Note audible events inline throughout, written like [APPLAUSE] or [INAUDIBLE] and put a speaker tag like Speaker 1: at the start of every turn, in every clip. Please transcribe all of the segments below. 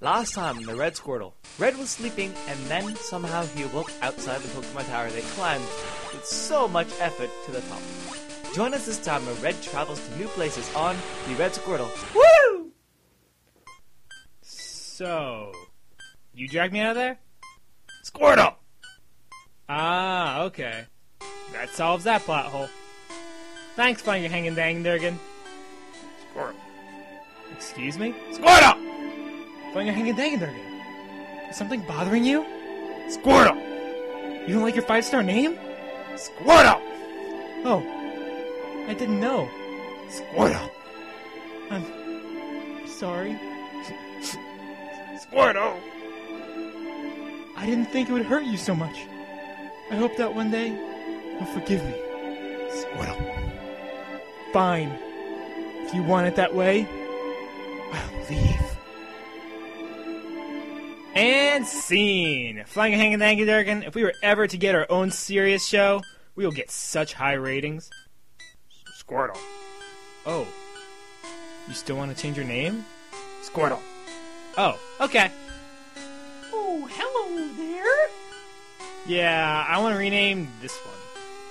Speaker 1: Last time, the Red Squirtle. Red was sleeping, and then somehow he awoke outside the Pokemon Tower they climbed with so much effort to the top. Join us this time where Red travels to new places on the Red Squirtle. Woo!
Speaker 2: So, you dragged me out of there?
Speaker 1: Squirtle!
Speaker 2: Ah, okay. That solves that plot hole. Thanks, Finger Hanging Dang Durgan.
Speaker 1: Squirtle!
Speaker 2: Excuse me?
Speaker 1: Squirtle!
Speaker 2: Finger Hanging Dang Durgan. Is something bothering you?
Speaker 1: Squirtle!
Speaker 2: You don't like your five star name?
Speaker 1: Squirtle!
Speaker 2: Oh, I didn't know.
Speaker 1: Squirtle!
Speaker 2: I'm sorry.
Speaker 1: Squirtle!
Speaker 2: I didn't think it would hurt you so much. I hope that one day you'll forgive me.
Speaker 1: Squirtle!
Speaker 2: Fine. If you want it that way, I'll leave. And scene. Flying Hanging Thank You Durkin, if we were ever to get our own serious show, we will get such high ratings.
Speaker 1: Squirtle!
Speaker 2: Oh. You still want to change your name?
Speaker 1: Squirtle!
Speaker 2: Oh, okay.
Speaker 3: Oh, hello there.
Speaker 2: Yeah, I want to rename this one.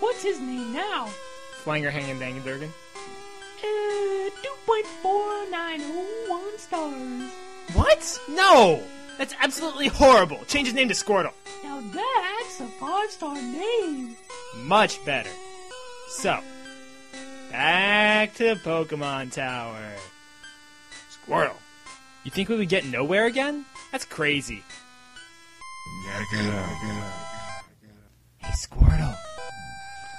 Speaker 3: What's his name now?
Speaker 2: Flying Hanging Dang Durkin.
Speaker 3: Uh, 2.4901 stars.
Speaker 2: What? No! That's absolutely horrible. Change his name to Squirtle.
Speaker 3: Now that's a five star name.
Speaker 2: Much better. So, back to the Pokemon Tower.
Speaker 1: Squirtle!
Speaker 2: You think we would get nowhere again? That's crazy.
Speaker 4: Hey, Squirtle.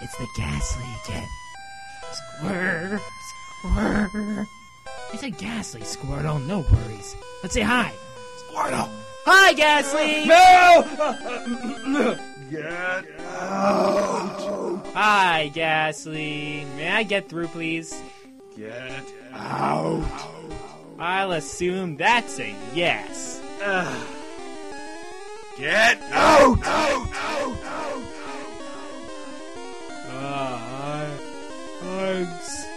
Speaker 4: It's the ghastly again. Squirr. Squirr. I said ghastly, Squirtle. No worries. Let's say hi.
Speaker 1: Squirtle!
Speaker 4: Hi, Ghastly!
Speaker 2: No!
Speaker 1: Get
Speaker 2: Hi, Ghastly. May I get through, please?
Speaker 1: Get out!
Speaker 2: I'll assume that's a yes.
Speaker 1: Get out!
Speaker 2: Uh,
Speaker 1: Ah,
Speaker 2: I, I'm sleepy.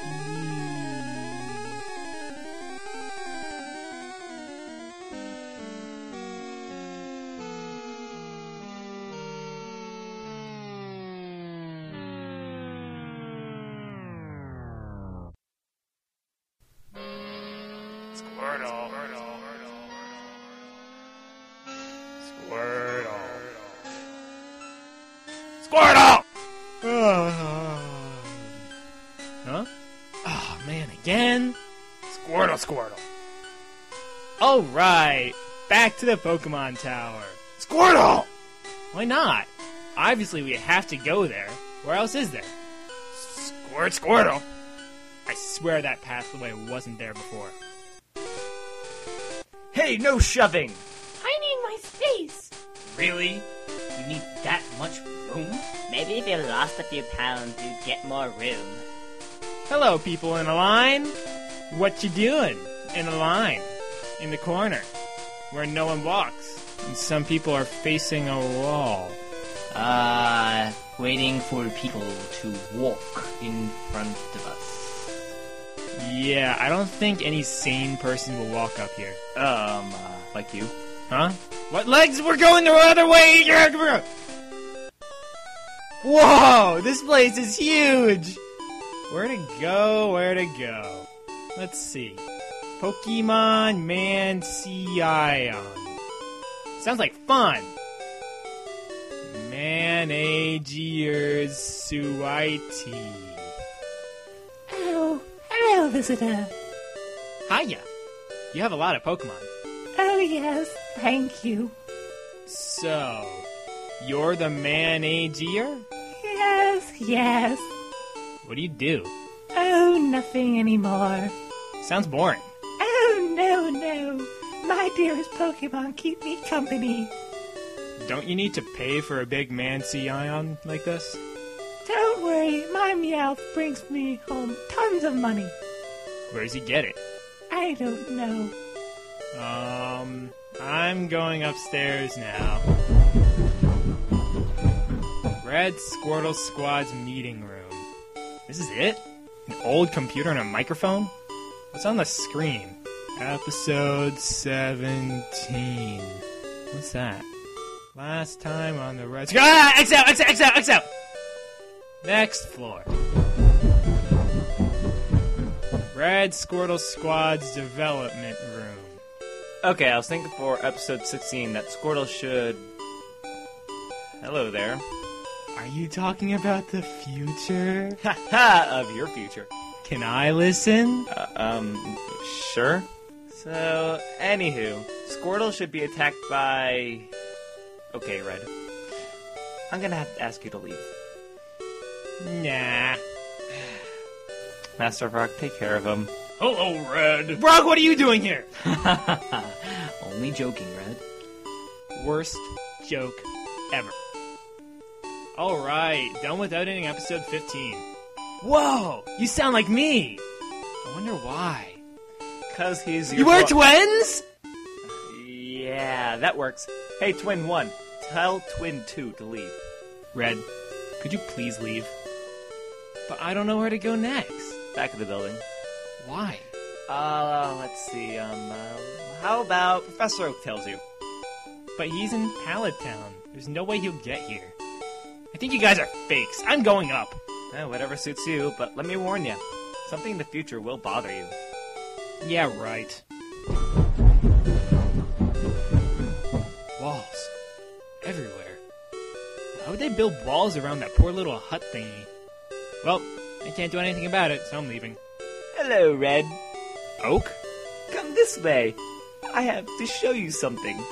Speaker 1: Squirtle! Squirtle! Squirtle!
Speaker 2: huh? Oh man, again?
Speaker 1: Squirtle, Squirtle!
Speaker 2: Alright, back to the Pokemon Tower.
Speaker 1: Squirtle!
Speaker 2: Why not? Obviously, we have to go there. Where else is there?
Speaker 1: Squirt, Squirtle!
Speaker 2: I swear that pathway wasn't there before.
Speaker 1: Hey, no shoving!
Speaker 3: I need my space.
Speaker 5: Really? You need that much room?
Speaker 6: Maybe if you lost a few pounds, you'd get more room.
Speaker 2: Hello, people in a line. What you doing in a line in the corner where no one walks? And some people are facing a wall.
Speaker 5: Uh, waiting for people to walk in front of us.
Speaker 2: Yeah, I don't think any sane person will walk up here.
Speaker 5: Um, uh, like you?
Speaker 2: Huh? What legs? We're going the other way! Whoa! This place is huge! Where to go? Where to go? Let's see. Pokemon Man Mancion. Sounds like fun! Managers Suite.
Speaker 3: Oh, hello, visitor.
Speaker 2: Hiya! You have a lot of Pokemon.
Speaker 3: Oh, yes, thank you.
Speaker 2: So, you're the manager?
Speaker 3: Yes, yes.
Speaker 2: What do you do?
Speaker 3: Oh, nothing anymore.
Speaker 2: Sounds boring.
Speaker 3: Oh, no, no. My dearest Pokemon, keep me company.
Speaker 2: Don't you need to pay for a big man ion like this?
Speaker 3: Don't worry, my Meowth brings me home tons of money.
Speaker 2: Where does he get it?
Speaker 3: I don't know.
Speaker 2: Um, I'm going upstairs now. Red Squirtle Squad's meeting room. This is it? An old computer and a microphone? What's on the screen? Episode 17. What's that? Last time on the red. Ah! X out! X out! X out! X out! Next floor. Red Squirtle Squad's development room.
Speaker 1: Okay, I was thinking for episode 16 that Squirtle should. Hello there.
Speaker 2: Are you talking about the future?
Speaker 1: Ha ha! Of your future.
Speaker 2: Can I listen?
Speaker 1: Uh, um, sure. So, anywho, Squirtle should be attacked by. Okay, Red. I'm gonna have to ask you to leave.
Speaker 2: Nah.
Speaker 1: Master of Rock, take care of him.
Speaker 7: Hello, Red.
Speaker 2: Brock, what are you doing here?
Speaker 5: Only joking, Red.
Speaker 2: Worst joke ever. Alright, done with editing episode 15. Whoa! You sound like me! I wonder why.
Speaker 1: Cause he's your
Speaker 2: You were
Speaker 1: bro-
Speaker 2: twins?
Speaker 1: Yeah, that works. Hey, Twin 1, tell Twin 2 to leave.
Speaker 2: Red, could you please leave? But I don't know where to go next.
Speaker 1: Back of the building.
Speaker 2: Why?
Speaker 1: Uh, let's see, um, uh, how about Professor Oak tells you?
Speaker 2: But he's in Pallet Town. There's no way he'll get here. I think you guys are fakes. I'm going up.
Speaker 1: Eh, whatever suits you, but let me warn you. Something in the future will bother you.
Speaker 2: Yeah, right. Walls. Everywhere. Why would they build walls around that poor little hut thingy? Well, I can't do anything about it, so I'm leaving.
Speaker 1: Hello, Red.
Speaker 2: Oak?
Speaker 1: Come this way. I have to show you something.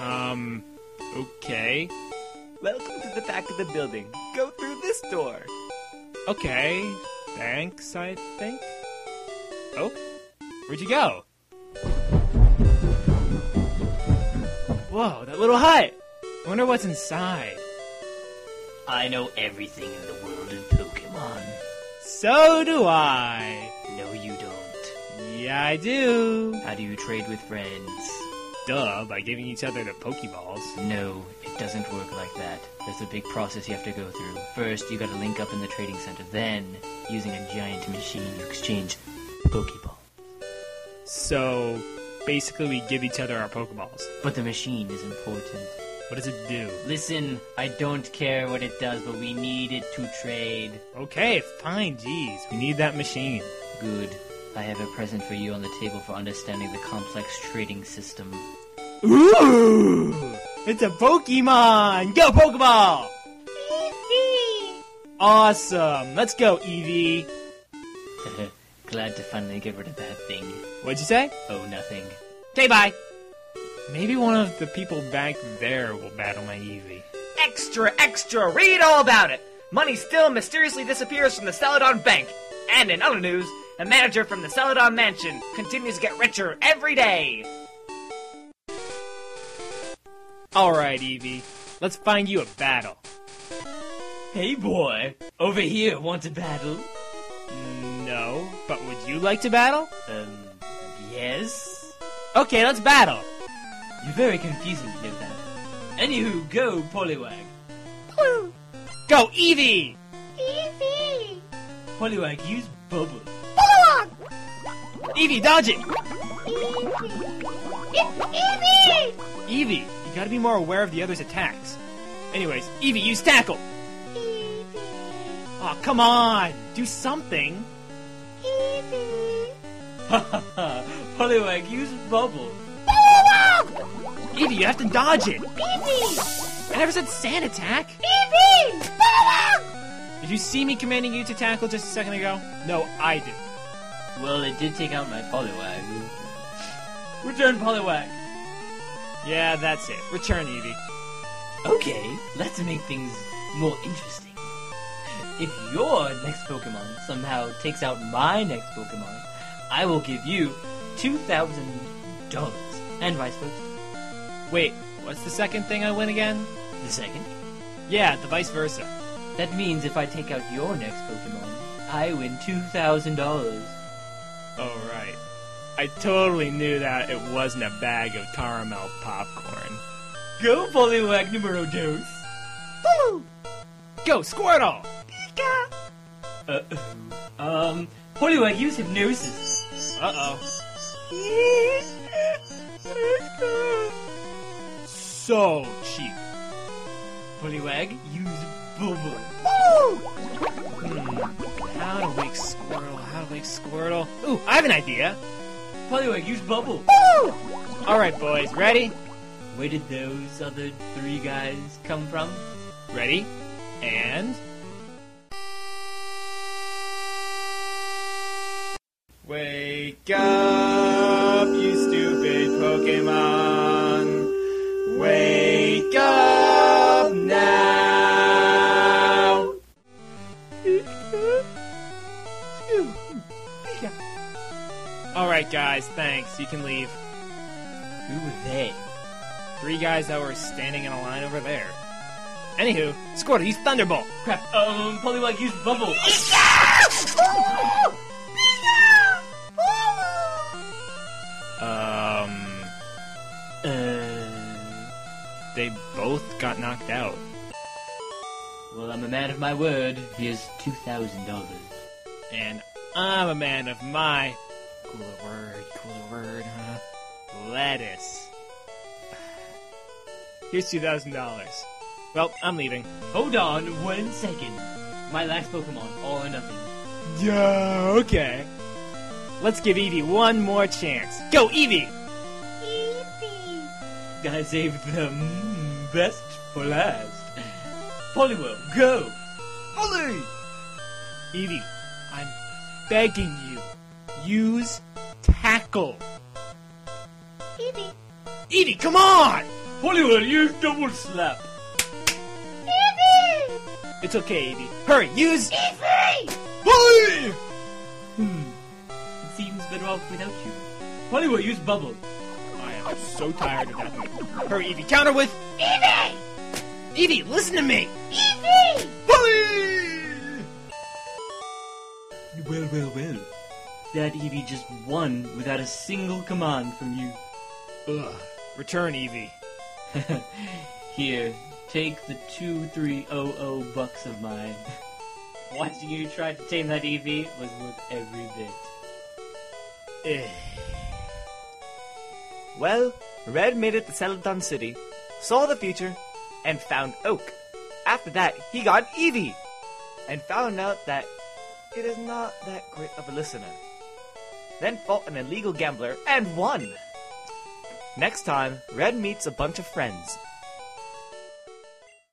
Speaker 2: Um, okay.
Speaker 1: Welcome to the back of the building. Go through this door.
Speaker 2: Okay. Thanks, I think. Oak? Where'd you go? Whoa, that little hut! I wonder what's inside.
Speaker 5: I know everything in the world of Pokemon.
Speaker 2: So do I!
Speaker 5: No, you don't.
Speaker 2: Yeah, I do.
Speaker 5: How do you trade with friends?
Speaker 2: Duh, by giving each other the Pokeballs.
Speaker 5: No, it doesn't work like that. There's a big process you have to go through. First, you gotta link up in the trading center. Then, using a giant machine, you exchange Pokeball.
Speaker 2: So, basically, we give each other our Pokeballs.
Speaker 5: But the machine is important.
Speaker 2: What does it do?
Speaker 5: Listen, I don't care what it does, but we need it to trade.
Speaker 2: Okay, fine, geez. We need that machine.
Speaker 5: Good. I have a present for you on the table for understanding the complex trading system. [LAUGHS]
Speaker 2: Ooh! It's a Pokemon! Go, Pokeball! Awesome! Let's go, Eevee!
Speaker 5: Glad to finally get rid of that thing.
Speaker 2: What'd you say?
Speaker 5: Oh, nothing.
Speaker 2: Okay, bye! Maybe one of the people back there will battle my Eevee.
Speaker 1: Extra, extra, read all about it. Money still mysteriously disappears from the Celadon Bank. And in other news, the manager from the Celadon Mansion continues to get richer every day.
Speaker 2: Alright, Eevee. Let's find you a battle.
Speaker 5: Hey, boy! Over here, want a battle?
Speaker 2: No, but would you like to battle?
Speaker 5: Um, yes?
Speaker 2: Okay, let's battle!
Speaker 5: You're very confusing, you know that. Anywho, go, Poliwag.
Speaker 2: Go, Eevee!
Speaker 5: Poliwag, use Bubble.
Speaker 2: Eevee, dodge it! Eevee! Eevee, you gotta be more aware of the other's attacks. Anyways, Eevee, use tackle! Aw, come on! Do
Speaker 5: [LAUGHS]
Speaker 2: something!
Speaker 5: Poliwag, use Bubble.
Speaker 2: Eevee, you have to dodge it! Eevee! I never said sand attack! Eevee! Did you see me commanding you to tackle just a second ago? No, I did.
Speaker 5: Well, it did take out my Poliwag. Return Poliwag.
Speaker 2: Yeah, that's it. Return, Eevee.
Speaker 5: Okay, let's make things more interesting. If your next Pokemon somehow takes out my next Pokemon, I will give you $2,000. And vice versa.
Speaker 2: Wait, what's the second thing I win again?
Speaker 5: The second.
Speaker 2: Yeah, the vice versa.
Speaker 5: That means if I take out your next Pokemon, I win $2,000.
Speaker 2: Oh, right. I totally knew that it wasn't a bag of caramel popcorn.
Speaker 5: Go Poliwag numero dos.
Speaker 2: Go, Squirtle!
Speaker 5: Uh-oh. Um, Poliwag, use Hypnosis.
Speaker 2: Uh oh. So cheap.
Speaker 5: Bullywag, use Bulbul.
Speaker 2: How to wake Squirtle? How to wake Squirtle? Ooh, I have an idea.
Speaker 5: Bullywag, use Bubble.
Speaker 2: All right, boys, ready?
Speaker 5: Where did those other three guys come from?
Speaker 2: Ready? And. Wake up, you stupid Pokemon! Wake up now! Alright, guys, thanks. You can leave.
Speaker 5: Who were they?
Speaker 2: Three guys that were standing in a line over there. Anywho, Squirtle, use Thunderbolt!
Speaker 5: Crap. Um, Bullywag, use Bubble.
Speaker 2: Um.
Speaker 5: Uh,
Speaker 2: They both got knocked out.
Speaker 5: well, I'm a man of my word. Here's two thousand dollars.
Speaker 2: And I'm a man of my. Cooler word, cooler word, huh? Lettuce. Here's $2,000. Well, I'm leaving.
Speaker 5: Hold on one second. My last Pokemon, all or nothing.
Speaker 2: Yeah, okay. Let's give Evie one more chance. Go, Evie!
Speaker 5: I saved the mm, best for last. [LAUGHS] Poliwhirl, go!
Speaker 2: Evie, I'm begging you. Use tackle. Evie. Evie, come on!
Speaker 5: Poliwhirl, use double slap!
Speaker 2: It's okay, Evie. Hurry, use.
Speaker 5: It seems better off without you. Poliwhirl, use bubble.
Speaker 2: I am so tired of that. Hurry, Evie. Counter with. Evie! Evie, listen to me!
Speaker 5: Well, well, well. That Eevee just won without a single command from you.
Speaker 2: Ugh. Return, Evie.
Speaker 5: [LAUGHS] Here, take the two three oh oh bucks of mine. [LAUGHS] Watching you try to tame that Eevee was worth every bit.
Speaker 2: Eh.
Speaker 1: Well, Red made it to Celadon City, saw the future, and found Oak. After that, he got Eevee, and found out that it is not that great of a listener. Then fought an illegal gambler and won. Next time, Red meets a bunch of friends.